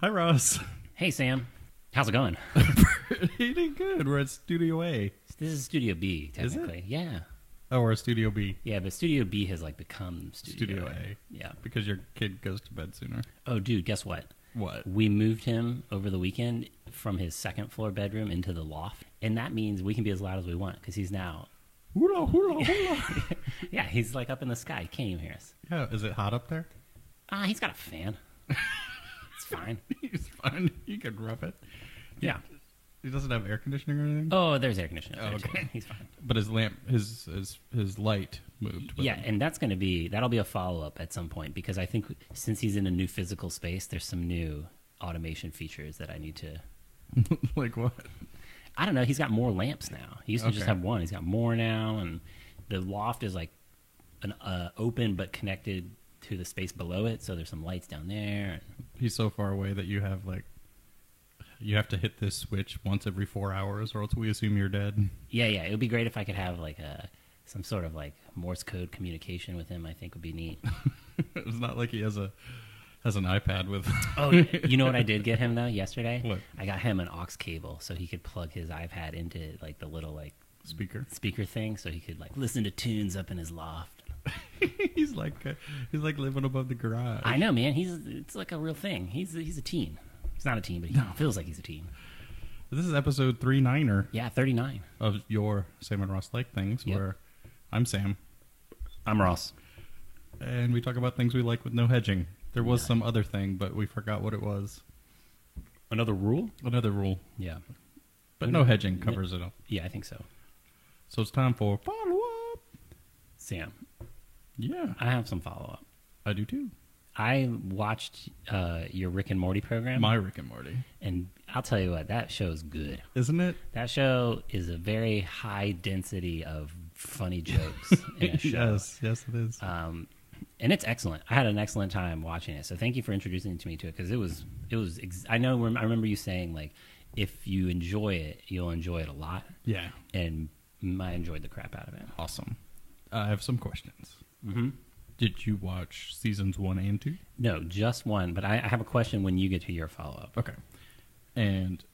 Hi, Ross. Hey, Sam. How's it going? Pretty good. We're at Studio A. This is Studio B, Is it? technically. Yeah. Oh, we're at Studio B. Yeah, but Studio B has like become Studio, Studio A. Yeah. Because your kid goes to bed sooner. Oh, dude, guess what? What? We moved him over the weekend from his second floor bedroom into the loft. And that means we can be as loud as we want because he's now, Hula, hula, hula. yeah, he's like up in the sky. Can't even hear us. yeah, is it hot up there? Ah, he's got a fan. it's fine. He's fine. You can rub it. Yeah. He doesn't have air conditioning or anything. Oh, there's air conditioning. Oh, up there, too. okay. he's fine. But his lamp, his his his light moved. With Yeah, him. and that's going to be that'll be a follow up at some point because I think since he's in a new physical space, there's some new automation features that I need to. like what? I don't know. He's got more lamps now. He used to just Okay. have one. He's got more now, and the loft is like an uh, open but connected to the space below it. So there's some lights down there. He's so far away that you have like, you have to hit this switch once every four hours, or else we assume you're dead. Yeah, yeah. It would be great if I could have like a some sort of like Morse code communication with him. I think would be neat. it's not like he has a has an iPad with. Oh, you know what I did get him though yesterday? What? I got him an aux cable so he could plug his iPad into like the little like speaker. speaker thing, so he could like listen to tunes up in his loft. he's like uh, he's like living above the garage. I know, man. He's it's like a real thing. He's he's a teen. He's not a teen, but he feels like he's a teen. this is episode three niner Yeah, thirty nine. of your Sam and Ross like things, Yep. where I'm Sam, I'm Ross. and we talk about things we like with no hedging. There was some other thing, but we forgot what it was. Another rule? Another rule, Yeah, but no hedging covers it up. yeah, I think so. So it's time for follow up. Sam, Yeah, I have some follow up. I do too. I watched uh, your Rick and Morty program, My Rick and Morty, and I'll tell you what, that show's good. isn't it? That show is a very high density of funny jokes in a show. yes, yes, it is. Um, and it's excellent. I had an excellent time watching it. So thank you for introducing it to me to it because it was it was. Ex- I know I remember you saying like if you enjoy it, you'll enjoy it a lot, yeah, and I enjoyed the crap out of it. awesome. I have some questions. Mm-hmm. Did you watch seasons one and two? No, just one. But I, I have a question when you get to your follow up. Okay. And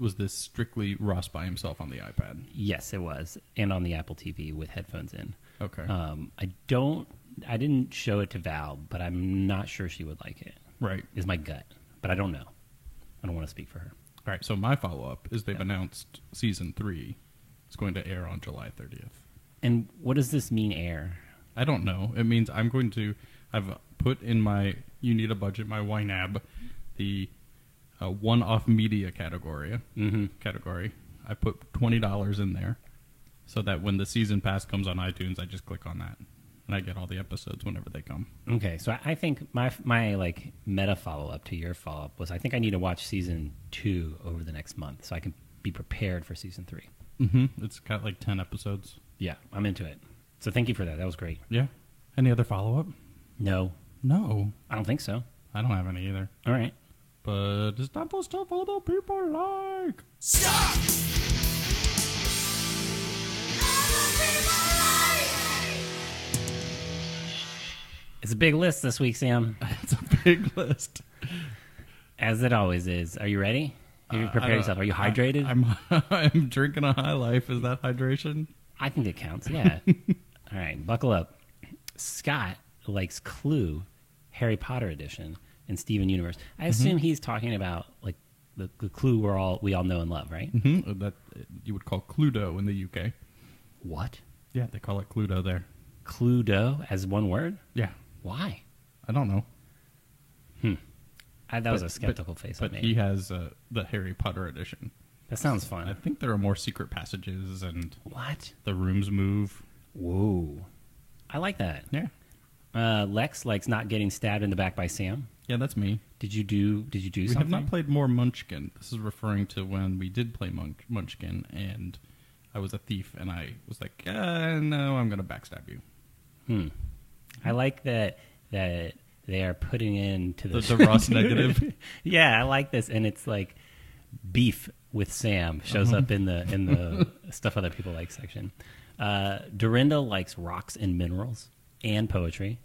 was this strictly Ross by himself on the iPad? Yes, it was, and on the Apple TV with headphones in. Okay. Um, I don't. I didn't show it to Val, but I'm not sure she would like it. right. Is my gut, but I don't know. I don't want to speak for her. All right. So my follow up is they've Yeah. announced season three is going to air on July 30th. And what does this mean, air? I don't know. It means I'm going to. I've put in my you need a budget my YNAB, the uh, one off media category Mm-hmm. category. I put twenty dollars in there, so that when the season pass comes on iTunes, I just click on that, and I get all the episodes whenever they come. Okay, so I- I think my my like meta follow up to your follow up was I think I need to watch season two over the next month so I can be prepared for season three. hmm It's got like ten episodes. Yeah, I'm into it. So thank you for that. That was great. Yeah. Any other follow up? No, No, I don't think so. I don't have any either. All right. But it's time for stuff other people like. Stop! It's a big list this week, Sam, It's a big list. as it always is. Are you ready? Have you prepared yourself? Are you hydrated? I, am I'm drinking a High Life. Is that hydration? I think it counts. Yeah. All right, buckle up. Scott likes Clue, Harry Potter edition, and Steven Universe. Mm-hmm. I assume he's talking about like the, the Clue we're all we all know and love, right? Mm-hmm. That uh, you would call Cluedo in the UK. What Yeah, they call it Cluedo there. Cluedo as one word? Yeah, Why? I don't know. I, that was But- a skeptical but, face But I made. he has uh, the Harry Potter edition. that sounds I fun. think there are more secret passages and What? the rooms move. Whoa! I like that. Yeah, Uh, Lex likes not getting stabbed in the back by Sam. yeah, that's me. Did you do? Did you do We something? have not played more Munchkin. This is referring to when we did play Munch- Munchkin, and I was a thief, and I was like, uh, "No, I'm going to backstab you." Hmm. I like that that they are putting into The, the, the Ross negative. yeah, I like this, and it's like beef with Sam shows up in the in the stuff other people like section. Uh, Dorinda likes rocks and minerals and poetry.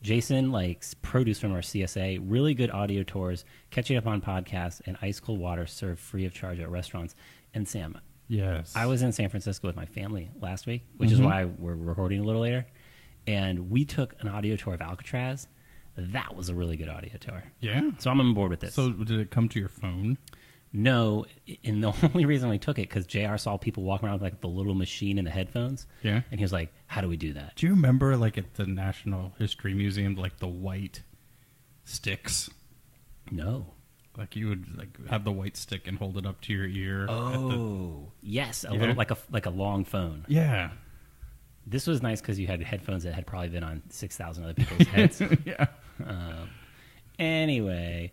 Jason likes produce from our CSA, really good audio tours, catching up on podcasts, and ice cold water served free of charge at restaurants. And Sam, Yes. I was in San Francisco with my family last week, which is Mhm. why we're recording a little later. And we took an audio tour of Alcatraz. That was a really good audio tour. Yeah. So I'm on board with this. So did it come to your phone? no, and the only reason I took it because Jr. saw people walking around with like the little machine and the headphones. Yeah. and he was like, "How do we do that?" Do you remember, like at the National History Museum, like the white sticks? No. Like you would like have the white stick and hold it up to your ear. at the- Oh, yes, a Yeah. little like a like a long phone. yeah. This was nice because you had headphones that had probably been on six thousand other people's heads. yeah. Um, anyway,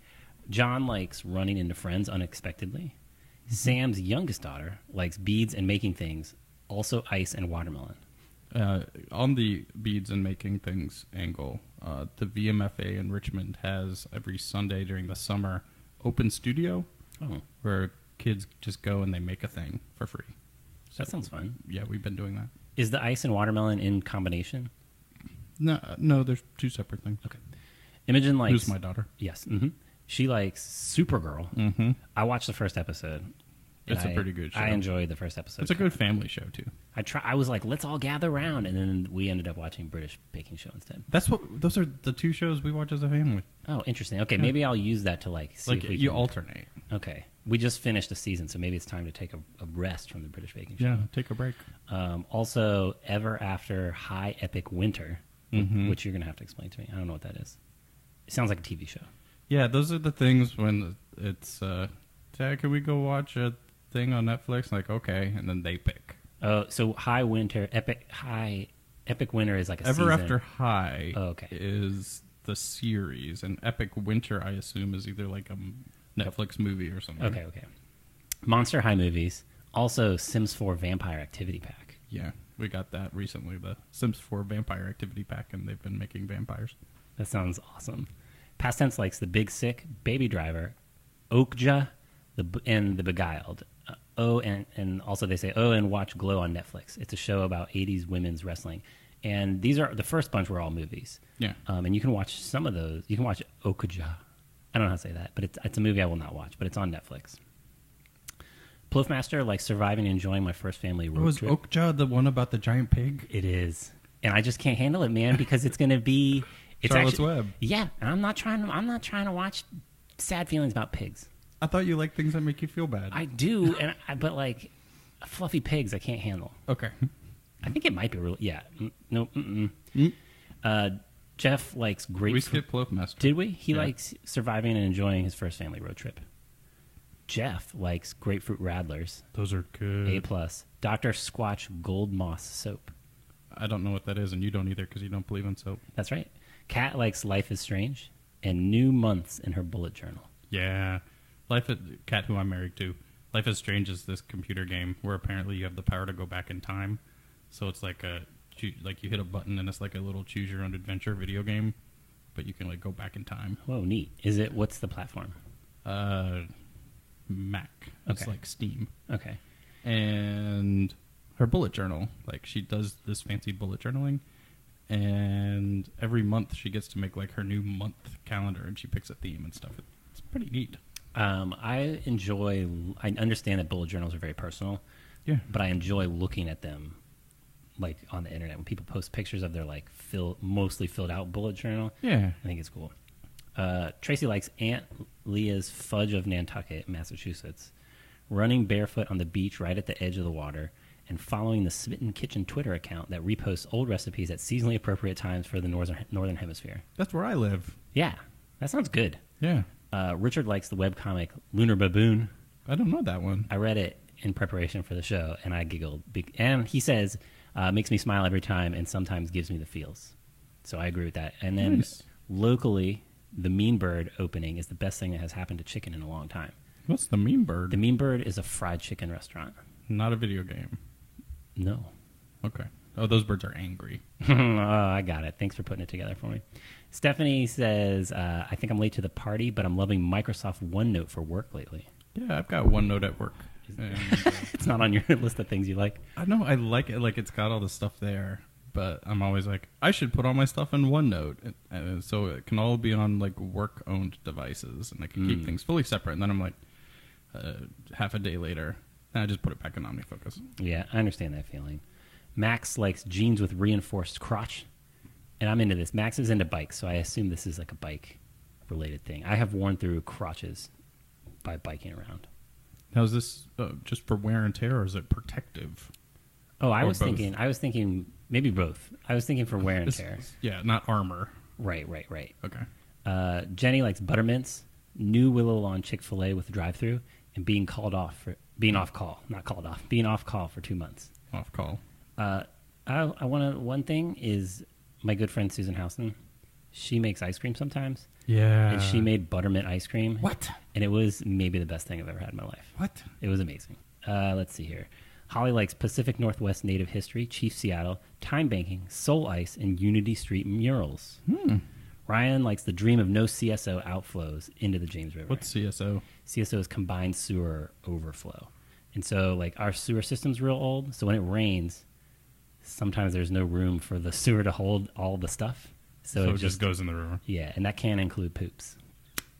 John likes running into friends unexpectedly. Mm-hmm. Sam's youngest daughter likes beads and making things, also ice and watermelon. Uh, on the beads and making things angle, uh, the VMFA in Richmond has every Sunday during the summer open studio Oh, where kids just go and they make a thing for free. that sounds fun. Yeah, we've been doing that. Is the ice and watermelon in combination? No, uh, no, there's two separate things. Okay. Imogen likes. Who's my daughter? Yes. hmm She likes Supergirl. Mm-hmm. I watched the first episode. and It's a I- pretty good show. I enjoyed the first episode. It's a good family show too. I try. I was like, let's all gather around, and then we ended up watching British baking show instead. That's what those are the two shows we watch as a family. Oh, interesting. Okay, maybe I'll use that to like see like if we you can- alternate. Okay, we just finished the season, so maybe it's time to take a, a rest from the British baking show. Yeah, take a break. Um, also, ever after high epic winter, Mhm. which you're gonna have to explain to me. I don't know what that is. It sounds like a TV show. Yeah, those are the things when it's uh Dad, can we go watch a thing on Netflix? Like, okay, and then they pick. Oh, so high winter, epic high, epic winter is like a Ever season. After High Oh, okay. is the series and Epic Winter I assume is either like a m- Netflix movie or something. Okay, okay. Monster High movies. Also, Sims 4 Vampire Activity Pack. Yeah. We got that recently, the Sims 4 Vampire Activity Pack, and they've been making vampires. That sounds awesome. Past tense likes The Big Sick, Baby Driver, Oakja, the B- and The Beguiled. Uh, oh, and and also they say oh, and watch Glow on Netflix. It's a show about '80s women's wrestling, and these are the first bunch were all movies. Yeah. Um, and you can watch some of those. You can watch Okja. I don't know how to say that, but it's, it's a movie I will not watch, but it's on Netflix. Ploufmaster likes surviving and enjoying my first family road was trip. Oakjaw the one about the giant pig? It is, and I just can't handle it, man, because it's going to be it's Charlotte's actually, Web. Yeah, and I'm not trying. To, I'm not trying to watch sad feelings about pigs. I thought you liked things that make you feel bad. I do, and I, but like fluffy pigs, I can't handle. okay. I think it might be real. Yeah, Mm, no. Mm-mm. Uh, Jeff likes grapefruit. Mm. We skipped Loafmaster. Did we? He Yeah. likes surviving and enjoying his first family road trip. Jeff likes grapefruit rattlers. Those are A good. plus. Doctor Squatch Gold Moss soap. I don't know what that is, and you don't either because you don't believe in soap. That's right. Kat likes Life is Strange and New Months in her bullet journal. Yeah, Life is Cat, who I'm married to. Life is Strange is this computer game where apparently you have the power to go back in time. So it's like a choo- like you hit a button and it's like a little choose your own adventure video game, but you can like go back in time. Whoa, neat. Is it, what's the platform? Uh, Mac. It's Okay. like Steam. Okay. and her bullet journal. Like she does this fancy bullet journaling, and every month she gets to make like her new month calendar, and she picks a theme and stuff. It's pretty neat. Um, I enjoy, I understand that bullet journals are very personal, Yeah, but I enjoy looking at them like on the internet when people post pictures of their like fill, mostly filled out bullet journal. yeah. I think it's cool. Uh, Tracy likes Aunt Leah's fudge of Nantucket, Massachusetts, running barefoot on the beach right at the edge of the water, and following the Smitten Kitchen Twitter account that reposts old recipes at seasonally appropriate times for the northern northern hemisphere. That's where I live. Yeah, that sounds good. Yeah, Uh, Richard likes the webcomic Lunar Baboon. I don't know that one. I read it in preparation for the show, and I giggled. Be- and he says, uh, makes me smile every time, and sometimes gives me the feels. So I agree with that. And then Nice. locally, the Mean Bird opening is the best thing that has happened to chicken in a long time. What's the Mean Bird? The Mean Bird is a fried chicken restaurant. Not a video game. No. Okay. Oh, those birds are angry. oh, I got it. Thanks for putting it together for me. Stephanie says, uh, I think I'm late to the party, but I'm loving Microsoft OneNote for work lately. Yeah, I've got one note at work. And, uh, It's not on your list of things you like. I know I like it. Like it's got all the stuff there, but I'm always like, I should put all my stuff in OneNote, and, and so it can all be on like work-owned devices, and I can Mm. keep things fully separate. And then I'm like, uh, half a day later, and I just put it back in OmniFocus. Yeah, I understand that feeling. Max likes jeans with reinforced crotch, and I'm into this. Max is into bikes, so I assume this is like a bike related thing. I have worn through crotches by biking around. Now is this uh, just for wear and tear, or is it protective? Oh, I Or was both. thinking, I was thinking maybe both. I was thinking for wear and This- tear. Yeah, not armor. Right, right, right. Okay. Uh, Jenny likes buttermints, new Willow Lawn Chick Fil A with drive through, and being called off for being off call, not called off, being off call for two months. Off call. Uh, I, I want to. One thing is my good friend Susan Housen. She makes ice cream sometimes, Yeah. and she made buttermint ice cream. What? And it was maybe the best thing I've ever had in my life. What? It was amazing. Uh, let's see here. Holly likes Pacific Northwest Native History, Chief Seattle, Time Banking, Soul Ice, and Unity Street murals. Hmm. Ryan likes the dream of no CSO outflows into the James River. What's CSO? CSO is combined sewer overflow. And so, like, our sewer system's real old. So when it rains, sometimes there's no room for the sewer to hold all the stuff. So, So, it it just goes in the river. yeah, and that can include poops.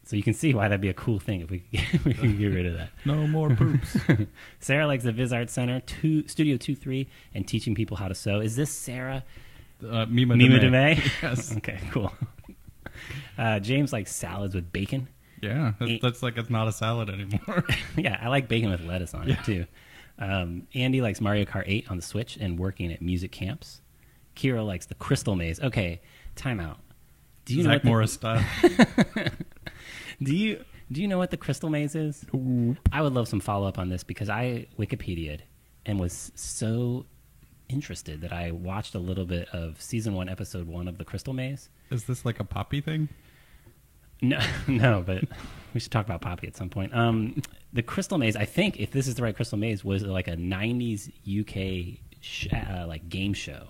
So you can see why that'd be a cool thing if we could get, we could get rid of that. No more poops. Sarah likes the Viz Art Center, two, Studio 2 3, and teaching people how to sew. Is this Sarah uh, Mima, Mima Demay. DeMay? Yes. okay, cool. Uh, James likes salads with bacon. Yeah, that's, Eight. that's like it's not a salad anymore. yeah, I like bacon with lettuce on it too. Um, Andy likes Mario Kart 8 on the Switch and working at music camps. Kira likes the Crystal Maze. Okay, timeout. Do you know Zach what the- Morris style. Do you do you know what the crystal maze is? I would love some follow up on this because I Wikipedia'd and was so interested that I watched a little bit of season one, episode one of the Crystal Maze. Is this like a poppy thing? No, no, but we should talk about Poppy at some point. Um, the Crystal Maze, I think, if this is the right Crystal Maze, was like a '90s UK sh- uh, like game show.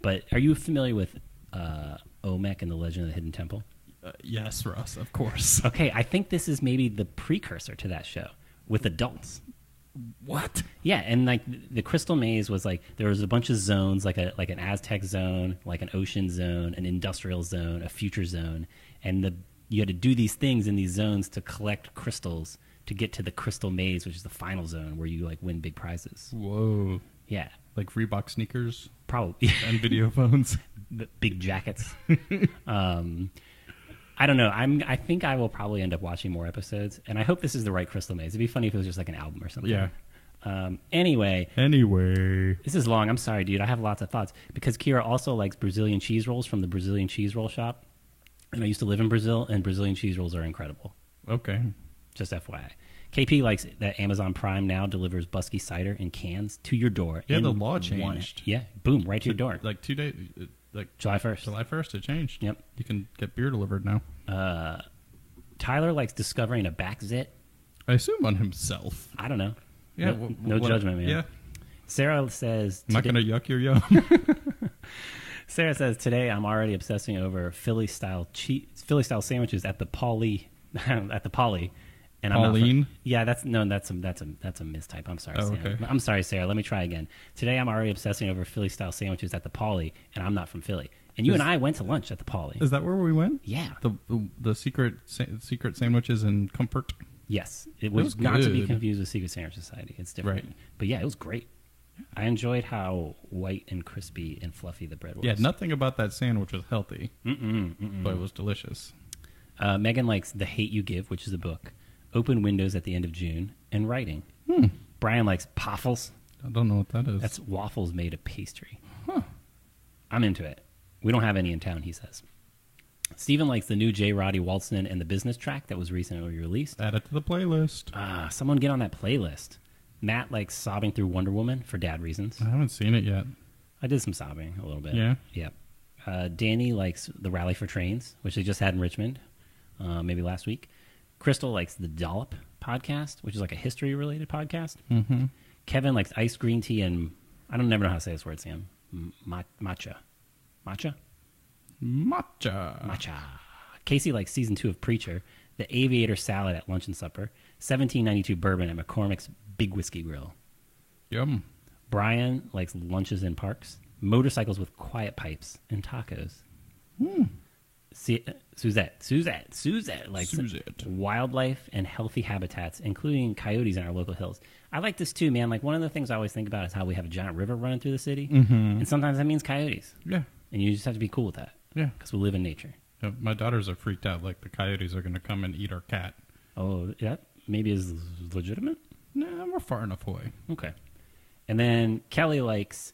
But are you familiar with uh, Omek and the Legend of the Hidden Temple? Uh, yes, Russ, of course. Okay, I think this is maybe the precursor to that show with adults. What? Yeah, and like the Crystal Maze was like there was a bunch of zones, like a like an Aztec zone, like an ocean zone, an industrial zone, a future zone, and the you had to do these things in these zones to collect crystals to get to the Crystal Maze, which is the final zone where you like win big prizes. Whoa. Yeah, Like Reebok sneakers probably and video phones. the big jackets. um, I don't know. I'm I think I will probably end up watching more episodes, and I hope this is the right Crystal Maze. It'd be funny if it was just like an album or something. Yeah. Um, anyway, Anyway. This is long. I'm sorry, dude. I have lots of thoughts because Kira also likes Brazilian cheese rolls from the Brazilian cheese roll shop. And I used to live in Brazil, and Brazilian cheese rolls are incredible. Okay. Just FYI. KP likes that Amazon Prime now delivers Busky cider in cans to your door. Yeah, in the law one- changed. Yeah, boom, right to your door. Like two days, uh, like July 1st. July 1st, it changed. Yep. You can get beer delivered now. Tyler likes discovering a back zit. I assume on himself. I don't know. Yeah. no, wh- no what- judgment, man. Yeah. Sarah says, I'm not today- going to yuck your yum. Sarah says today I'm already obsessing over Philly style cheese, Philly style sandwiches at the Polly, at the Polly, and I'm not fr- Pauline? yeah, that's no, that's a that's a that's a mistype. I'm sorry, Oh, Sarah. okay. I'm sorry, Sarah. Let me try again. Today I'm already obsessing over Philly style sandwiches at the Polly, and I'm not from Philly. And you Is- and I went to lunch at the Polly. Is that where we went? Yeah. The the, the secret sa- secret sandwiches and comfort. Yes, it was, was not to be good. confused with Secret Sandwich Society. It's different. Right. But yeah, it was great. I enjoyed how white and crispy and fluffy the bread was. Yeah, nothing about that sandwich was healthy, but it was delicious. Uh, Megan likes The Hate You Give, which is a book, Open Windows at the End of June, and Writing. Brian likes Poffles. I don't know what that is. That's waffles made of pastry. I'm into it. We don't have any in town, he says. Steven likes the new J. Roddy Waltzman and the business track that was recently released. Add it to the playlist. Ah, someone get on that playlist. Matt likes sobbing through Wonder Woman for dad reasons. I haven't seen it yet. I did some sobbing a little bit. Yeah? Yeah. Uh, Danny likes the Rally for Trains, which they just had in Richmond, uh, maybe last week. Crystal likes the Dollop podcast, which is like a history related podcast. Mm-hmm. Kevin likes ice green tea and I don't never know how to say this word, Sam. M- ma- matcha. Matcha? Matcha. Matcha. Casey likes season two of Preacher, the aviator salad at lunch and supper, 1792 bourbon at McCormick's Big Whiskey Grill. Yum. Brian likes lunches in parks. motorcycles with quiet pipes, and tacos. Hmm. See, Suzette, Suzette, Suzette likes Suzette. wildlife and healthy habitats, including coyotes in our local hills. I like this too, man. Like one of the things I always think about is how we have a giant river running through the city, Mm-hmm. and sometimes that means coyotes, Yeah. and you just have to be cool with that Yeah. because we live in nature. Yeah, My daughters are freaked out. Like the coyotes are going to come and eat our cat. Oh, that maybe is legitimate. Nah, we're far enough away. Okay. And then Kelly likes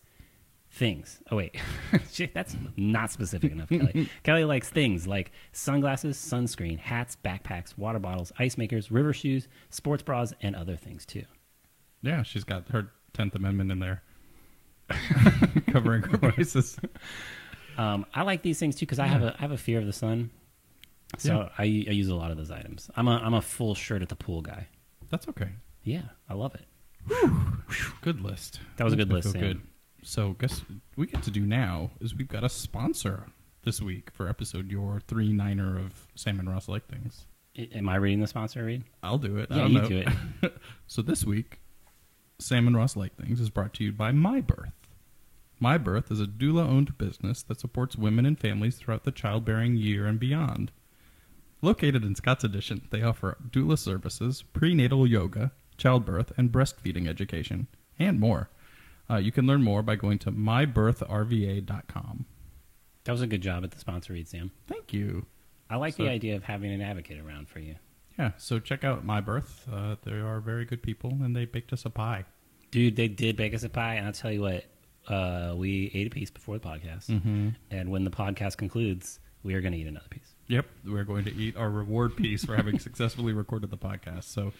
things. Oh wait, Shit, that's not specific enough. Kelly. Kelly likes things like sunglasses, sunscreen, hats, backpacks, water bottles, ice makers, river shoes, sports bras, and other things too. Yeah, she's got her Tenth Amendment in there, covering her bases. Um, I like these things too because I have a I have a fear of the sun, so Yeah. I, I use a lot of those items. I'm a I'm a full shirt at the pool guy. That's okay. Yeah, I love it. Good list. That was a good Makes me list, feel Sam. So guess what we get to do now is we've got a sponsor this week for episode your three niner of Sam and Ross like things. I- am I reading the sponsor read? I'll do it. I Yeah, don't you know. do it. so this week, Sam and Ross Like Things is brought to you by My Birth. My Birth is a doula-owned business that supports women and families throughout the childbearing year and beyond. Located in Scott's Addition, they offer doula services, prenatal yoga, childbirth, and breastfeeding education, and more. Uh, you can learn more by going to mybirthrva.com. That was a good job at the sponsor read, Sam. Thank you. I like So- the idea of having an advocate around for you. Yeah, so check out My Birth. Uh, they are very good people, and they baked us a pie. Dude, they did bake us a pie, and I'll tell you what, uh, we ate a piece before the podcast, Mm-hmm. and when the podcast concludes, we are going to eat another piece. Yep, we're going to eat our reward piece for having successfully recorded the podcast. So,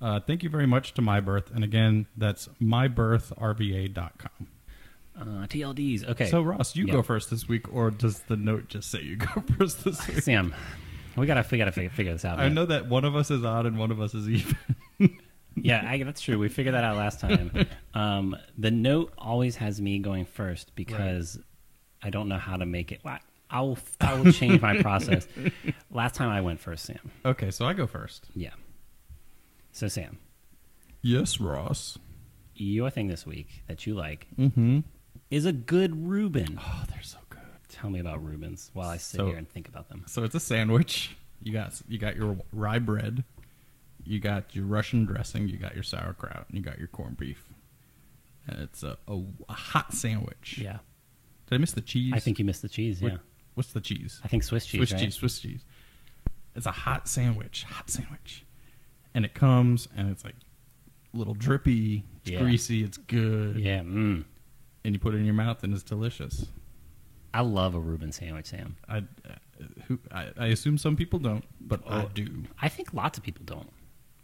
uh, thank you very much to My Birth, and again, that's mybirthrva.com. Uh, TLDs, okay. So, Ross, you Yeah. go first this week, or does the note just say you go first this week? Sam, we gotta we gotta fi- figure this out. I man. know that one of us is odd and one of us is even. Yeah, I, that's true. We figured that out last time. Um, the note always has me going first because I don't know how to make it. I, I will I will change my process. Last time I went first, Sam. okay, so I go first. Yeah. So Sam, Yes, Ross. your thing this week that you like Mm-hmm. is a good Reuben. Oh, they're so good. Tell me about Rubens while I sit So- here and think about them. So it's a sandwich. You got you got your rye bread. You got your Russian dressing. You got your sauerkraut. And you got your corned beef. And it's a, a, a hot sandwich. Yeah. Did I miss the cheese? I think you missed the cheese. What- Yeah. What's the cheese? I think Swiss cheese. Swiss right? cheese. Swiss cheese. It's a hot sandwich. Hot sandwich. And it comes and it's like a little drippy. It's Yeah. greasy. It's good. Yeah. Mm. And you put it in your mouth and it's delicious. I love a Reuben sandwich, Sam. I, uh, who, I, I assume some people don't, but I Oh. do. I think lots of people don't.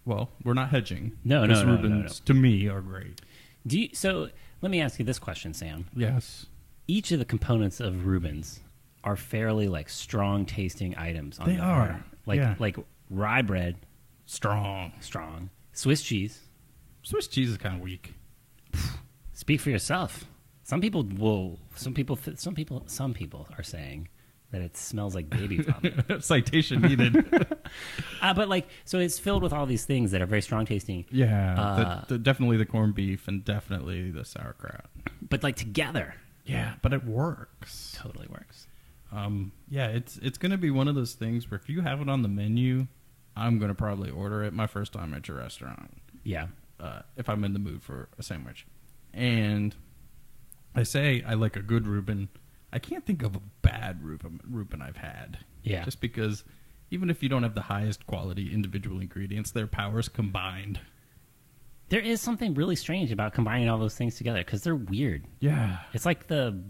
Well, we're not hedging. No, no, Because no, no, Rubens, to me, are great. Do you, so. Let me ask you this question, Sam. Yes. Each of the components of Rubens are fairly like strong tasting items. On They the are, bar. Like yeah. like rye bread, Strong. strong. Swiss cheese. Swiss cheese is kind of weak. Speak for yourself. Some people will. Some people. Some people. Some people are saying that it smells like baby vomit. Citation needed. Uh, but like, so it's filled with all these things that are very strong tasting. yeah. Uh, the, the, definitely the corned beef and definitely the sauerkraut. But like together, Yeah, but it works. totally works. Um, yeah, it's it's going to be one of those things where if you have it on the menu, I'm going to probably order it my first time at your restaurant. Yeah. uh, if I'm in the mood for a sandwich. And I say I like a good Reuben. I can't think of a bad Reuben, Reuben I've had. Yeah. Just because even if you don't have the highest quality individual ingredients, their powers combined. There is something really strange about combining all those things together because they're weird. Yeah. It's like the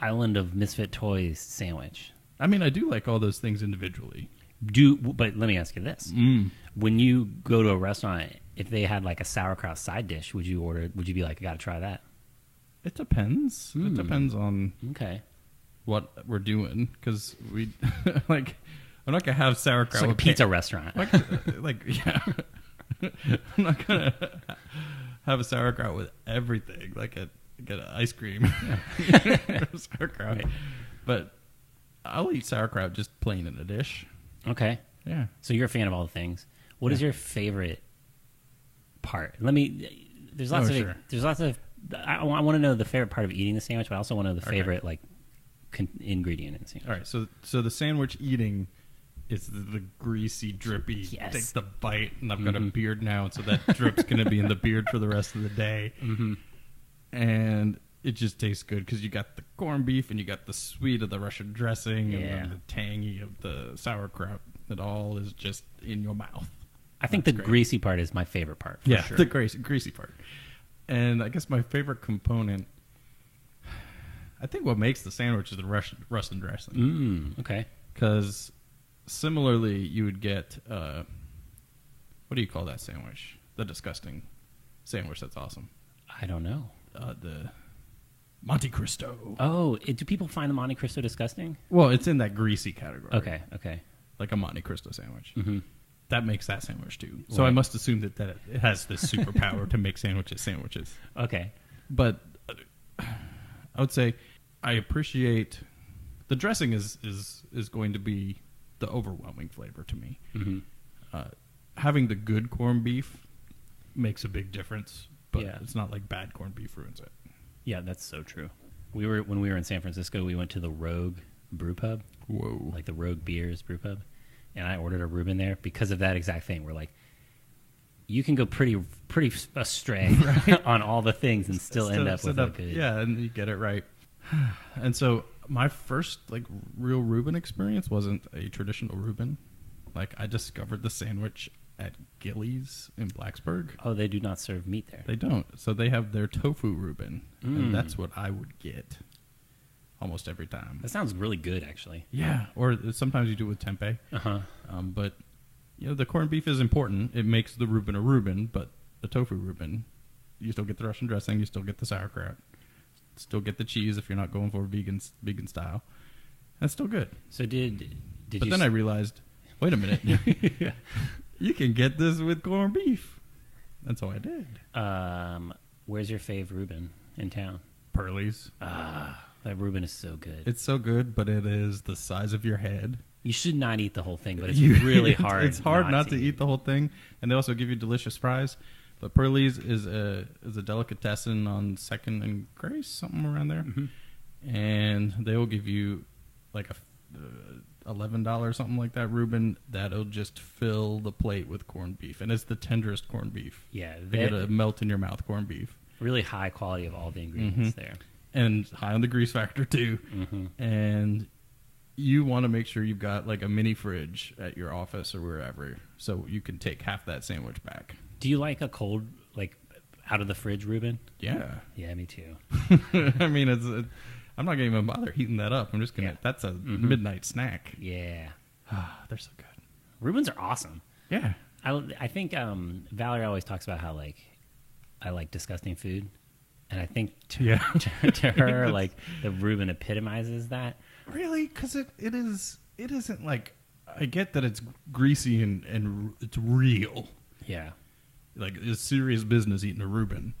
Island of Misfit Toys sandwich. I mean, I do like all those things individually. Do but let me ask you this: Mm. When you go to a restaurant, if they had like a sauerkraut side dish, would you order? Would you be like, "I got to try that"? It depends. Mm. It depends on Okay. what we're doing because we like. I'm not gonna have sauerkraut. It's like a with pizza restaurant. like, uh, like yeah. I'm not gonna have a sauerkraut with everything. Like a get an ice cream sauerkraut, but I'll eat sauerkraut just plain in a dish. Okay. Yeah, So you're a fan of all the things. What is your favorite part? Let me. There's lots Oh, of sure. there's lots of I, want to know the favorite part of eating the sandwich, but I also want to know the Okay. favorite like con- ingredient in the sandwich. All right, so so the sandwich eating is the, the greasy, drippy. Yes. Take the bite, and I've got a beard now, and so that drip's going to be in the beard for the rest of the day. Mm-hmm. And it just tastes good because you got the corned beef, and you got the sweet of the Russian dressing, and Yeah. then the tangy of the sauerkraut. It all is just in your mouth. I think the That's great. greasy part is my favorite part. For sure. the greasy, greasy part. And I guess my favorite component. I think what makes the sandwich is the Russian, Russian dressing. Mm, okay. Because similarly, you would get uh, what do you call that sandwich? The disgusting sandwich. That's awesome. I don't know. Uh, the Monte Cristo. Oh, it, do people find the Monte Cristo disgusting? well, it's in that greasy category. Okay. Okay. like a Monte Cristo sandwich. hmm That makes that sandwich too. So I Right. must assume that that it has this superpower to make sandwiches sandwiches. Okay. But uh, I would say I appreciate the dressing is is is going to be the overwhelming flavor to me. hmm uh, having the good corned beef makes a big difference, but Yeah. it's not like bad corned beef ruins it. Yeah, that's so true. We were when we were in San Francisco, we went to the Rogue Brew Pub, Whoa. like the Rogue Beers Brew Pub, and I ordered a Reuben there because of that exact thing. We're like, you can go pretty pretty astray on all the things and still end up with a good. Yeah, and you get it right. And so my first like real Reuben experience wasn't a traditional Reuben. Like I discovered the sandwich at Gillies in Blacksburg. Oh, they do not serve meat there. They don't. So they have their tofu Reuben, Mm. and that's what I would get almost every time. That sounds really good, actually. yeah, or sometimes you do it with tempeh. Uh huh. Um, but you know, the corned beef is important. It makes the Reuben a Reuben, but the tofu Reuben, you still get the Russian dressing, you still get the sauerkraut, still get the cheese if you're not going for vegan vegan style. That's still good. So did did but you? then I realized, wait a minute, you can get this with corned beef. And so I did. I um, where's your fave Reuben in town? Pearlies. Ah, that Reuben is so good. It's so good, but it is the size of your head. you should not eat the whole thing, but it's You- really it's- hard. It's hard not, to eat the whole thing, and they also give you delicious fries. But Pearlie's is a is a delicatessen on Second and Grace, something around there, Mm-hmm. and they will give you like a f- uh, eleven dollars something like that Reuben that'll just fill the plate with corned beef, and it's the tenderest corned beef. Yeah, They get that- a melt in your mouth corned beef, really high quality of all the ingredients Mhm. there. and high on the grease factor too. Mm-hmm. and you want to make sure you've got like a mini fridge at your office or wherever so you can take half that sandwich back Do you like a cold, like out of the fridge Reuben? yeah Yeah, me too. i mean it's it, i'm not gonna even bother heating that up i'm just gonna Yeah. that's a midnight snack Yeah, ah they're so good Reubens are awesome. yeah I I think um, Valerie always talks about how like I like disgusting food, and I think to, Yeah. to, to her like the Reuben epitomizes that. really because it, it is it isn't like i get that it's greasy and and r- it's real Yeah, like it's serious business eating a Reuben,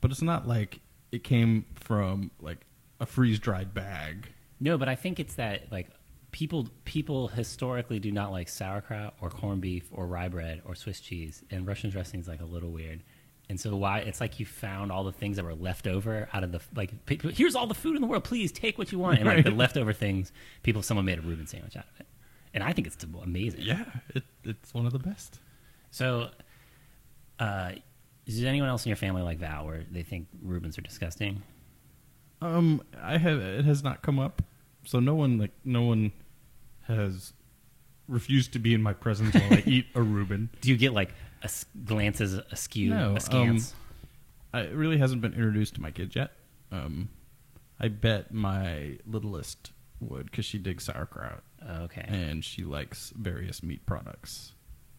but it's not like it came from like a freeze dried bag. no, but I think it's that like people people historically do not like sauerkraut or corned beef or rye bread or Swiss cheese, and Russian dressing is like a little weird. And so why it's like you found all the things that were left over out of the like pe- pe- here's all the food in the world please take what you want and like the leftover things people someone made a Reuben sandwich out of it and I think it's amazing Yeah, it, it's one of the best. So, uh, is there anyone else in your family like Val where they think Rubens are disgusting? Um, I have it has not come up, so no one like no one has refused to be in my presence while I eat a Reuben. Do you get like as- glances askew, No, um, askance? I, it really hasn't been introduced to my kids yet. Um, I bet my littlest would because she digs sauerkraut Oh, okay, and she likes various meat products,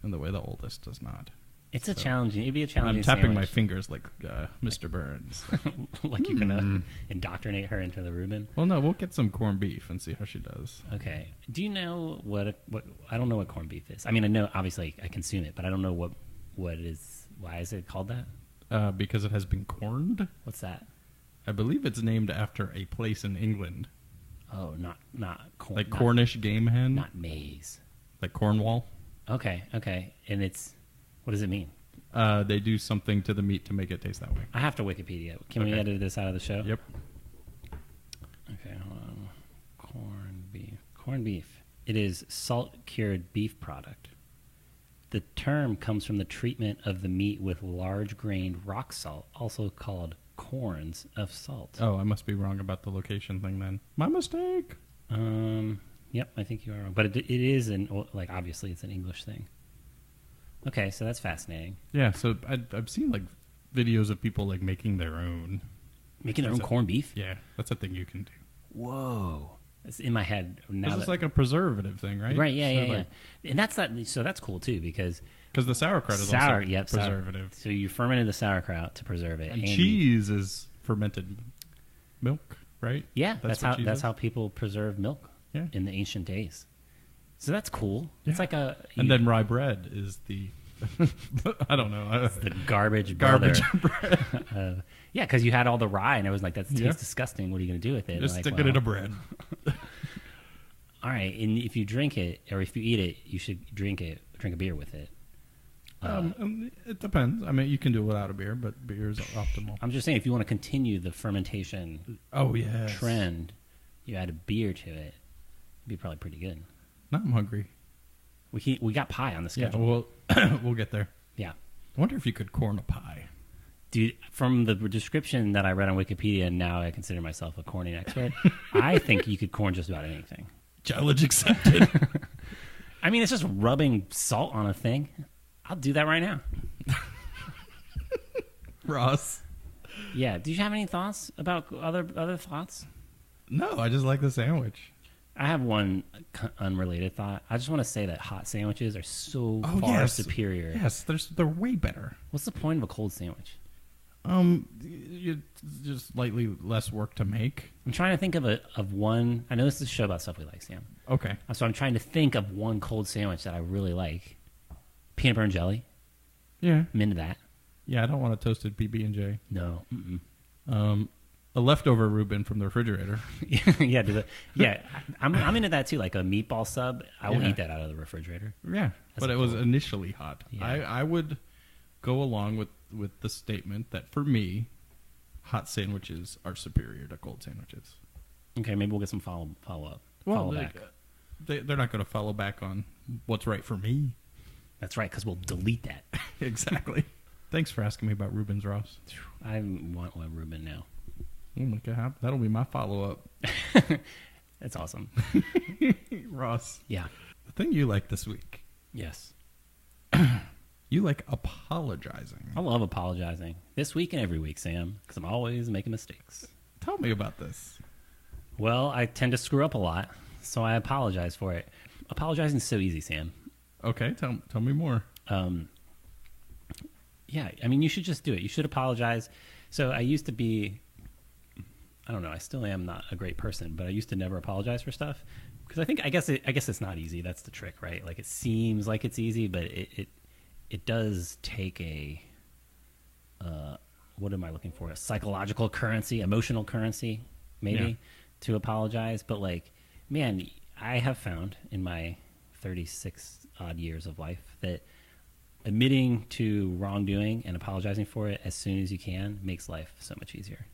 in the way the oldest does not. it's a challenging. It'd be a challenging. I'm tapping my sandwich. fingers like uh, Mr. Burns. like you're Mm. gonna indoctrinate her into the Reuben. well, no, we'll get some corned beef and see how she does. Okay. Do you know what what? I don't know what corned beef is. I mean, I know obviously I consume it, but I don't know what what it is. Why is it called that? Uh, because it has been corned. What's that? I believe it's named after a place in England, Oh, not not corn. like not- Cornish game hen, not maize. like Cornwall. Okay, okay. And it's what does it mean? uh, they do something to the meat to make it taste that way. I have to Wikipedia. it. Can we Okay. edit this out of the show? Yep. Okay, hold on. Corn beef. Corn beef. It is salt cured beef product. The term comes from the treatment of the meat with large grained rock salt, also called corns of salt. Oh, I must be wrong about the location thing then. My mistake. Um. Yep, I think you are wrong, but it, it is an well, like obviously it's an English thing. Okay, so that's fascinating. Yeah. So I, I've seen like videos of people like making their own. Making their own That's a- corned beef. Yeah, that's a thing you can do. Whoa, it's in my head now. This is that- like a preservative thing, right? right, yeah, yeah, yeah. and that's not so that's cool too because Because the sauerkraut is sour, also yep, sour- preservative, so you fermented the sauerkraut to preserve it, and you- cheese is fermented milk, right? yeah, what that's, how cheese that's is? how people preserve milk Yeah. in the ancient days. So that's cool. Yeah. It's like a And then rye bread is the. I don't know. I- the garbage Garbage brother. of- yeah, because you had all the rye, and it was like that tastes Yeah. disgusting. What are you going to do with it? Just Like, stick well, it in a bread. All right, and if you drink it or if you eat it, you should drink it, drink a beer with it. Uh. Um, um, it depends. I mean, you can do it without a beer, but beer is optimal. I'm just saying, if you want to continue the fermentation Oh yeah, trend, you add a beer to it. It'd be probably pretty good. Now I'm hungry. We can, we got pie on the Yeah, Oh. schedule. we'll we'll get there. Yeah. I wonder if you could corn a pie. Dude, from the description that I read on Wikipedia, now I consider myself a corning expert. I think you could corn just about anything. Challenge accepted. I mean, it's just rubbing salt on a thing. I'll do that right now. Ross. Yeah. Do you have any thoughts about other other thoughts? No, I just like the sandwich. I have one c- unrelated thought. I just want to say that hot sandwiches are so Oh, far yes. superior. Yes, there's they're way better. What's the point of a cold sandwich? Um, you, just slightly less work to make. I'm trying to think of a of one. I know this is a show about stuff we like, Sam. Uh, Okay. So I'm trying to think of one cold sandwich that I really like. Peanut butter and jelly. Yeah. I'm into that. Yeah, I don't want a toasted PB and J. No. Mm-mm. Um, a leftover Reuben from the refrigerator. yeah. Do the, yeah. I- I'm I'm into that too. Like a meatball sub. I will Yeah. eat that out of the refrigerator. Yeah, That's but a it was cool- initially hot. Yeah. I, I would go along with with the statement that for me, hot sandwiches are superior to cold sandwiches. Okay. Maybe we'll get some follow follow up. follow like, back. They, they're not going to follow back on what's right for me. That's right. Because we'll delete that. exactly. Thanks for asking me about Rubens Ross. I want one Reuben now. Oh my God, that'll be my follow up, That's awesome. Ross. Yeah. The thing you like this week, Yes. you like apologizing. I love apologizing this week and every week, Sam, because I'm always making mistakes. Tell me about this. Well, I tend to screw up a lot, so I apologize for it. Apologizing's so easy, Sam. Okay, tell tell me more. Um, yeah, I mean, you should just do it. You should apologize. So I used to be, I don't know, I still am not a great person, but I used to never apologize for stuff because I think I guess it, I guess it's not easy. That's the trick, right? Like it seems like it's easy, but it it, it does take a uh, what am I looking for? A psychological currency, emotional currency, maybe Yeah. to apologize. But like, man, I have found in my 36 odd years of life that admitting to wrongdoing and apologizing for it as soon as you can makes life so much easier.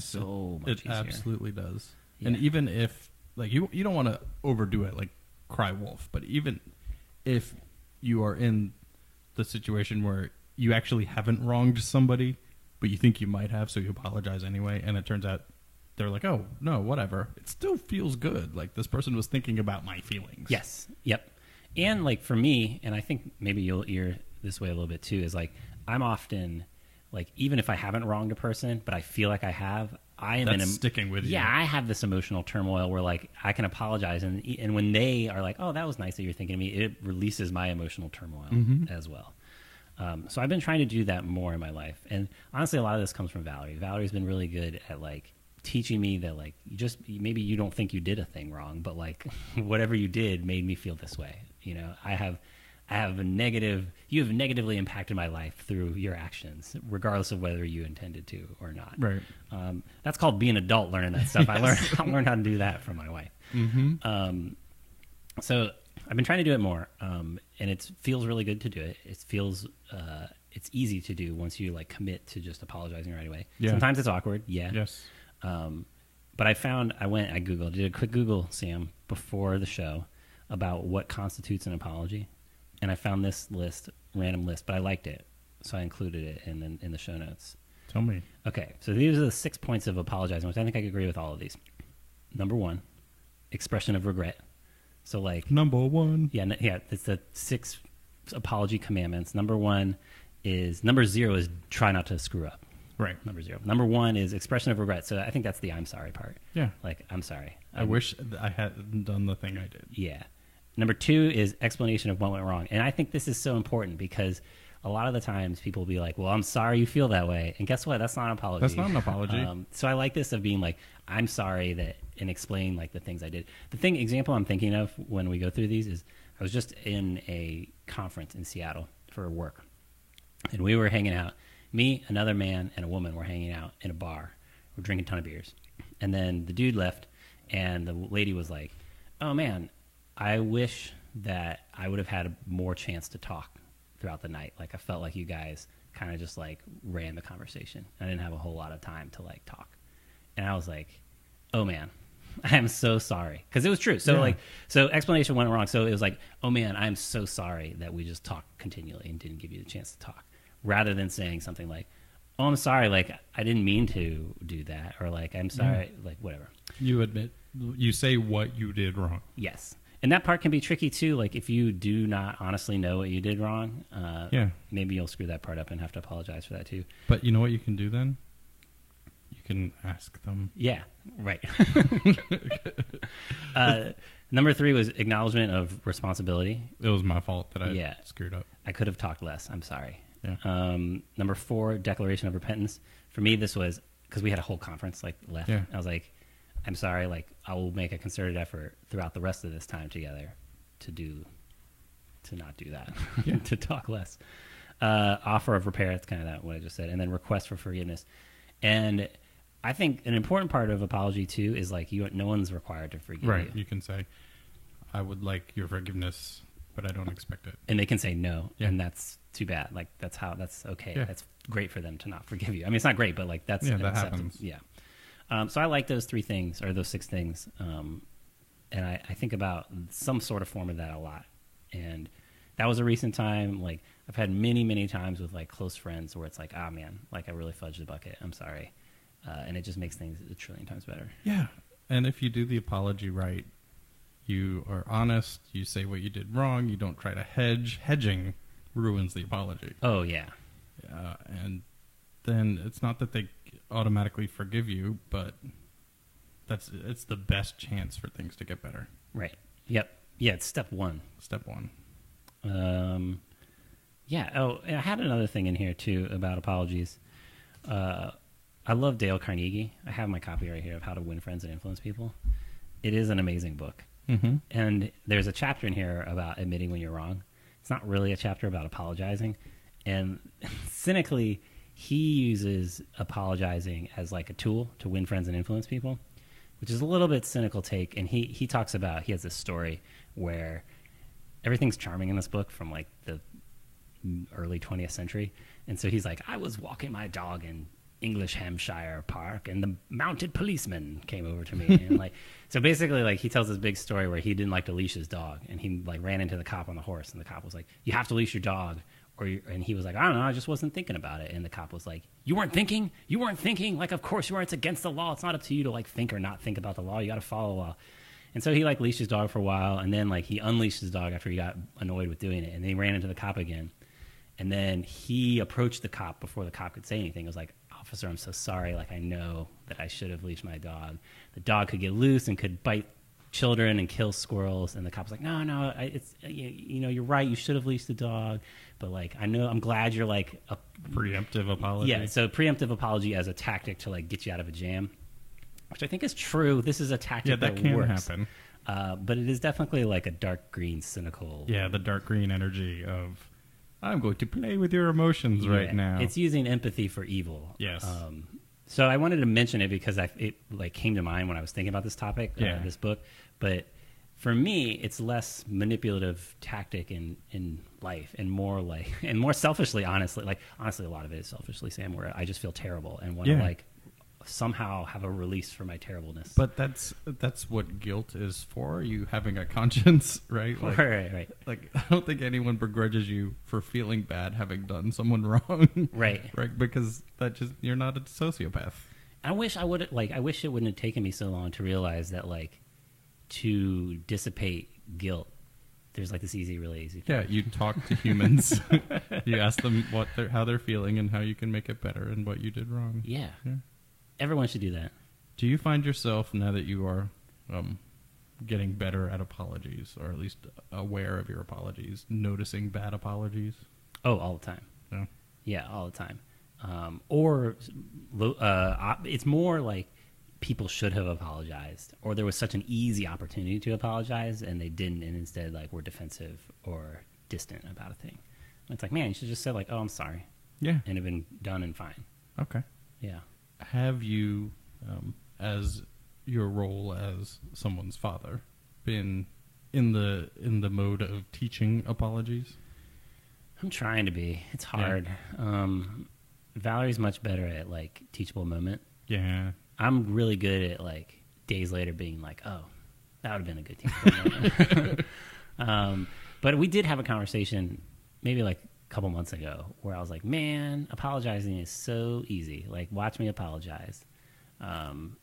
so it much easier. absolutely does. Yeah. And even if like you you don't want to overdo it like cry wolf, but even if you are in the situation where you actually haven't wronged somebody, but you think you might have, so you apologize anyway, and it turns out they're like, "Oh, no, whatever." It still feels good. Like this person was thinking about my feelings. Yes. Yep. And like for me, and I think maybe you'll ear this way a little bit too, is like I'm often like even if I haven't wronged a person, but I feel like I have, I am in That's a, sticking with you. Yeah, I have this emotional turmoil where like I can apologize, and and when they are like, "Oh, that was nice that you're thinking of me," it releases my emotional turmoil Mm-hmm. as well. Um, so I've been trying to do that more in my life, and honestly, a lot of this comes from Valerie. Valerie's been really good at like teaching me that like you just maybe you don't think you did a thing wrong, but like whatever you did made me feel this way. You know, I have. I have a negative. You have negatively impacted my life through your actions, regardless of whether you intended to or not. Right. Um, that's called being an adult learning that stuff. I learned I learned how to do that from my wife. Um, so I've been trying to do it more, um, and it feels really good to do it. It feels uh, it's easy to do once you like commit to just apologizing right away. Yeah. Sometimes it's awkward. Yeah. Yes. Um, but I found I went, I googled, did a quick Google, Sam, before the show about what constitutes an apology, and I found this list, random list, but I liked it, so I included it in in, in the show notes. Tell me. Okay, so these are the six points of apologizing, which I think I could agree with all of these. Number one, expression of regret. So like, Number one. yeah, n- yeah, it's the six apology commandments. Number one is number zero is try not to screw up. Right. Number zero. Number one is expression of regret. So I think that's the I'm sorry part. Yeah. Like I'm sorry. I I'm- wish th- I hadn't done the thing I did. Yeah. Number two is explanation of what went wrong. And I think this is so important because a lot of the times people will be like, well, I'm sorry you feel that way. And guess what? That's not an apology. Um, That's not an apology. so I like this of being like, I'm sorry that, and explain like the things I did. The thing, example I'm thinking of when we go through these is I was just in a conference in Seattle for work and we were hanging out. Me, another man, and a woman were hanging out in a bar. We're drinking a ton of beers, and then the dude left, and the lady was like, "Oh man, I wish that I would have had more chance to talk throughout the night. Like I felt like you guys kind of just like ran the conversation. I didn't have a whole lot of time to like talk." And I was like, "Oh man." I am so sorry because it was true. So Yeah. like, so explanation went wrong. So it was like, oh man, I'm so sorry that we just talked continually and didn't give you the chance to talk. Rather than saying something like, oh, I'm sorry, like I didn't mean to do that, or like I'm Mm-hmm. sorry, like whatever. You admit, you say what you did wrong. Yes, and that part can be tricky too. Like if you do not honestly know what you did wrong, uh, Yeah. maybe you'll screw that part up and have to apologize for that too. But you know what you can do then? You can ask them. Yeah, right. uh, number three was acknowledgement of responsibility. It was my fault that I Yeah. screwed up. Uh, I could have talked less. I'm sorry. Yeah. Um, number four, declaration of repentance. For me, this was because we had a whole conference like left. Yeah. I was like, I'm sorry. Like, I will make a concerted effort throughout the rest of this time together to do, to not do that, to talk less. Uh, offer of repair. That's kind of that what I just said, and then request for forgiveness. And I think an important part of apology too is like you. No one's required to forgive Right. you. You can say, I would like your forgiveness, but I don't expect it. and they can say no Yeah. and that's too bad like that's how that's okay Yeah. that's great for them to not forgive you i mean it's not great but like that's Yeah, that acceptable. happens. yeah um, so i like those three things or those six things um, and I, I think about some sort of form of that a lot and that was a recent time like i've had many many times with like close friends where it's like ah man like i really fudged the bucket i'm sorry uh, and it just makes things a trillion times better Yeah. And if you do the apology right, you are honest, you say what you did wrong, you don't try to hedge. Hedging ruins the apology. oh yeah Uh, and then it's not that they automatically forgive you, but that's it's the best chance for things to get better. right yep yeah it's step one Step one. Um, yeah. Oh, and I had another thing in here too about apologies. Uh, I love Dale Carnegie. I have my copy right here of How to Win Friends and Influence People. It is an amazing book. Mm-hmm. And there's a chapter in here about admitting when you're wrong. It's not really a chapter about apologizing. And cynically, he uses apologizing as like a tool to win friends and influence people, which is a little bit cynical take. And he he talks about he has this story where everything's charming in this book from like the early 20th century. And so he's like, I was walking my dog in English Hampshire Park, and the mounted policeman came over to me, and like, so basically, like, he tells this big story where he didn't like to leash his dog, and he like ran into the cop on the horse, and the cop was like, "You have to leash your dog." Or, you and he was like, I don't know, I just wasn't thinking about it. And the cop was like, You weren't thinking? You weren't thinking? Like, of course you are. It's against the law. It's not up to you to like think or not think about the law. You got to follow the law. And so he like leashed his dog for a while, and then like he unleashed his dog after he got annoyed with doing it, and then he ran into the cop again. And then he approached the cop before the cop could say anything. He was like, Officer, I'm so sorry. Like, I know that I should have leashed my dog. The dog could get loose and could bite children and kill squirrels. And the cop was like, No, no, I, it's, you, you know, you're right. You should have leashed the dog. But, like, I know, I'm glad you're like a Preemptive apology. yeah, so preemptive apology as a tactic to like get you out of a jam, which I think is true. This is a tactic Yeah, that can works. happen. Uh, but it is definitely like a dark green, cynical. Yeah, the dark green energy of I'm going to play with your emotions Yeah. right now. It's using empathy for evil. Yes. Um, so I wanted to mention it because I it like came to mind when I was thinking about this topic, uh, Yeah. this book. But for me, it's less manipulative tactic in in life and more like and more selfishly, honestly. Like honestly, a lot of it is selfishly, Sam. Where I just feel terrible and want to Yeah. like somehow have a release for my terribleness. But that's that's what guilt is for. You having a conscience, right? Like, right, right, right, like I don't think anyone begrudges you for feeling bad having done someone wrong, right. right? Because that just you're not a sociopath. I wish I would like. I wish it wouldn't have taken me so long to realize that like to dissipate guilt. There's like this easy, really easy. Yeah, you talk to humans. you ask them what they're how they're feeling and how you can make it better and what you did wrong. Yeah. Yeah. Hmm. Everyone should do that. Do you find yourself now that you are um, getting better at apologies, or at least aware of your apologies, noticing bad apologies? Oh, all the time. No. Yeah, all the time. Um, or lo- uh, op- it's more like people should have apologized, or there was such an easy opportunity to apologize and they didn't, and instead like were defensive or distant about a thing. And it's like, man, you should just say like, "Oh, I'm sorry," Yeah. and have been done and fine. Okay. Yeah. Have you, um, as your role as someone's father, been in the in the mode of teaching apologies? I'm trying to be. It's hard. Um, Valerie's much better at like teachable moment. Yeah. I'm really good at like days later being like, oh, that would have been a good teachable moment. um, but we did have a conversation maybe like a couple months ago where I was like, man, apologizing is so easy. Like, watch me apologize. Um,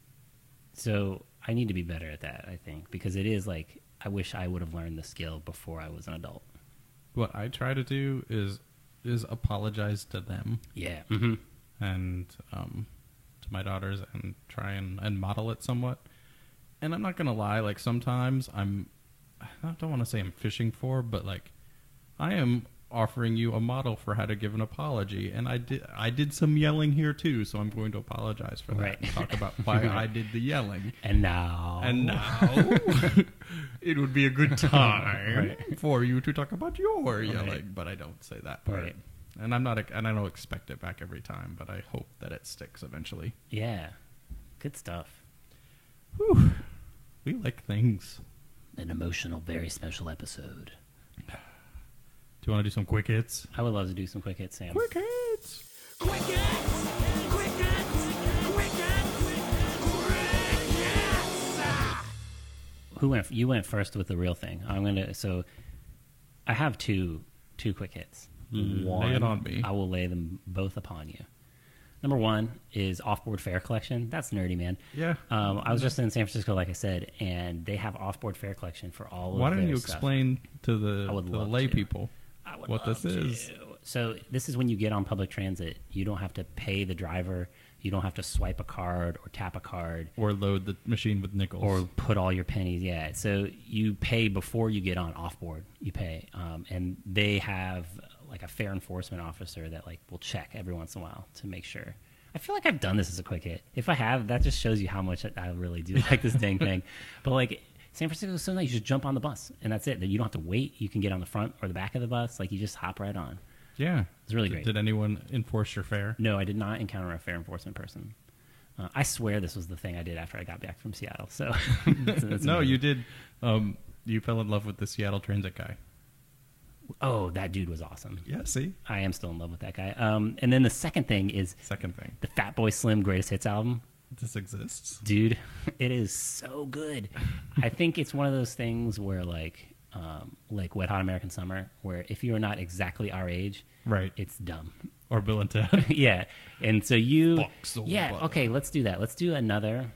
so I need to be better at that, I think, because it is like, I wish I would have learned the skill before I was an adult. What I try to do is is apologize to them Yeah. hmm and um, to my daughters and try and, and model it somewhat. And I'm not gonna lie, like sometimes I'm I don't want to say I'm fishing for, but like I am offering you a model for how to give an apology, and I did I did some yelling here too, so I'm going to apologize for that. Right. And talk about why I did the yelling, And now. and now it would be a good time for you to talk about your yelling, but I don't say that part. Right. And I'm not, and I don't expect it back every time, but I hope that it sticks eventually. Yeah. Good stuff. Whew. We like things. An emotional, very special episode. Do you want to do some quick hits? I would love to do some quick hits, Sam. hits. Crickets, crickets, crickets, crickets. Who went? You went first with the real thing. I'm gonna. So, I have two two quick hits. Mm-hmm. Lay it on me. I will lay them both upon you. Number one is Offboard Fair Collection. That's nerdy, man. Yeah. Um, I was just in San Francisco, like I said, and they have Offboard Fair Collection for all. of Why don't their you stuff. explain to the, I would to the love lay to. people I would what this love to. is? So this is when you get on public transit. You don't have to pay the driver. You don't have to swipe a card or tap a card Or load the machine with nickels. or put all your pennies. Yeah. So you pay before you get on off board. You pay, um, and they have like a fair enforcement officer that like will check every once in a while to make sure. I feel like I've done this as a quick hit. If I have, that just shows you how much I- I really do like this dang thing. But like San Francisco is so nice. You just jump on the bus and that's it. Then you don't have to wait. You can get on the front or the back of the bus. Like you just hop right on. yeah. It's really Did- great. Did anyone enforce your fare? No, I did not encounter a fair enforcement person. Uh, I swear this was the thing I did after I got back from Seattle. So that's, that's no, amazing. you did. Um, you fell in love with the Seattle Transit guy. Oh, that dude was awesome. Yeah, see? I am still in love with that guy. Um, and then the second thing is Second thing. the Fat Boy Slim Greatest Hits album. This exists. Dude, it is so good. I think it's one of those things where like, um, like Wet Hot American Summer, where if you are not exactly our age, Right. it's dumb. Or Bill and Ted. yeah, and so you, Box of yeah, butter. okay, let's do that. Let's do another,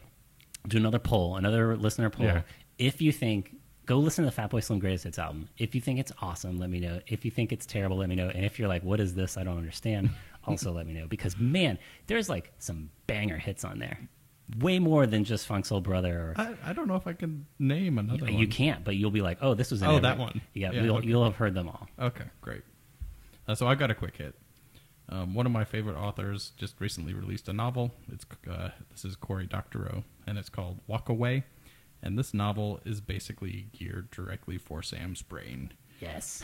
do another poll, another listener poll. Yeah. If you think, go listen to the Fatboy Slim Greatest Hits album. If you think it's awesome, let me know. If you think it's terrible, let me know. And if you're like, what is this? I don't understand. Also, let me know because man, there's like some banger hits on there, way more than just Funk Soul Brother. Or, I, I don't know if I can name another one. you can't, but you'll be like, oh, this was in Oh, every- that one. Yeah, Yeah, you'll, okay. you'll have heard them all. Okay, great. Uh, so I got a quick hit. Um, one of my favorite authors just recently released a novel. It's uh, this is Cory Doctorow, and it's called Walk Away. And this novel is basically geared directly for Sam's brain. Yes.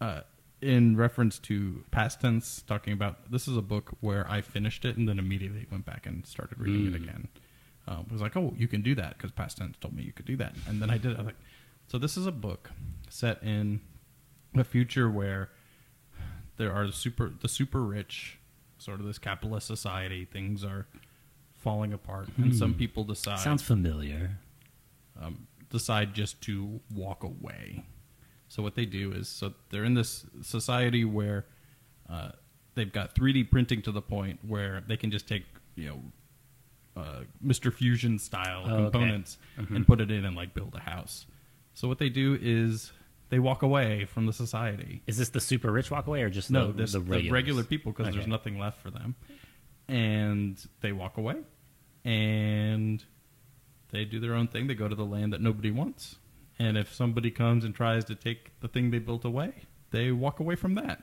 Uh, in reference to past tense, talking about this is a book where I finished it and then immediately went back and started reading it again. um, was like, "Oh, you can do that," because past tense told me you could do that, and then I did. it. I was like, "So this is a book set in a future where there are super the super rich, sort of this capitalist society. Things are falling apart, and some people decide Sounds familiar. um, decide just to walk away. So what they do is, so they're in this society where uh, they've got 3D printing to the point where they can just take you know uh, Mr. Fusion style Oh, okay. components and put it in and like build a house. So what they do is they walk away from the society. Is this the super rich walk away or just No, the, this, the, regulars? regular people because there's Okay. nothing left for them, and they walk away, and they do their own thing. They go to the land that nobody wants, and if somebody comes and tries to take the thing they built away, they walk away from that.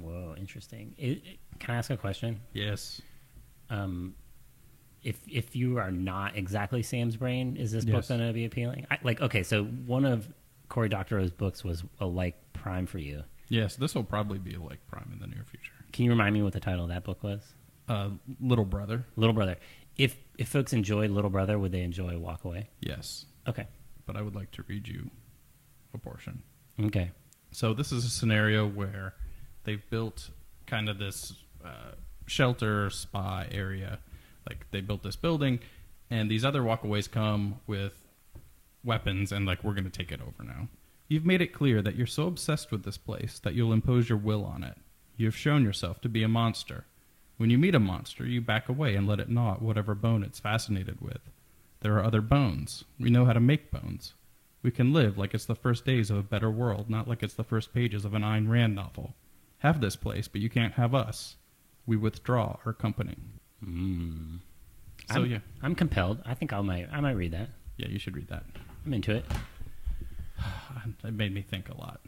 Whoa, interesting. It, it- can I ask a question? Yes, Um, if if you are not exactly Sam's brain, is this book Yes. going to be appealing? I, like, okay, so one of Cory Doctorow's books was a like prime for you. yes. This will probably be like Prime in the near future. Can you remind me what the title of that book was? Uh, little brother, Little Brother. If if folks enjoyed Little Brother, would they enjoy Walk Away? yes. Okay. But I would like to read you a portion. Okay. So this is a scenario where they've built kind of this uh, shelter spa area. Like they built this building, and these other walkaways come with weapons and like we're going to take it over now. You've made it clear that you're so obsessed with this place that you'll impose your will on it. You have shown yourself to be a monster. When you meet a monster, you back away and let it gnaw at whatever bone it's fascinated with. There are other bones. We know how to make bones. We can live like it's the first days of a better world, not like it's the first pages of an Ayn Rand novel. Have this place, but you can't have us. We withdraw our company. So I'm, yeah, I'm compelled. I think I might I might read that. yeah, you should read that. I'm into it. It made me think a lot.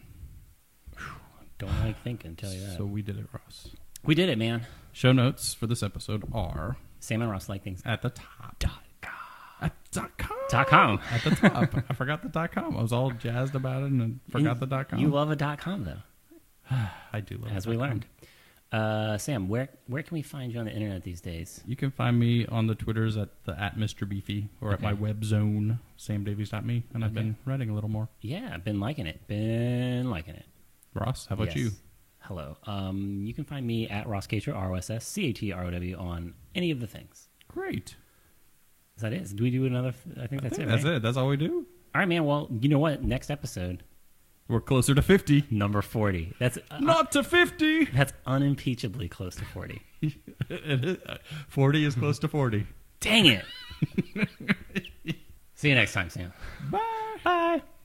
Don't like thinking, tell you that. So we did it, Ross. we did it, man. Show notes for this episode are Sam and Ross like things. at the top. Dot com. At dot com. Dot com. At the top. I forgot the dot com. I was all jazzed about it and then forgot You- the dot com. You love a dot com though, I do love as the we dot com. learned. Uh, Sam, where where can we find you on the internet these days? You can find me on the Twitters at the at Mr. Beefy or at Okay. my web zone, samdavies.me, and I've been writing a little more. Yeah, I've been liking it. Been liking it. Ross, how about Yes. you? Hello. Um, you can find me at Ross Cater, R O S S C A T R O W on any of the things. Great. Is that it? Do we do another? I think That's, that's it. it, that's right? it. That's all we do. All right, man. Well, you know what? Next episode, We're closer to 50. number forty. That's uh, Not to 50. that's unimpeachably close to forty. 40 is close to 40. Dang it! See you next time, Sam. Bye. Bye.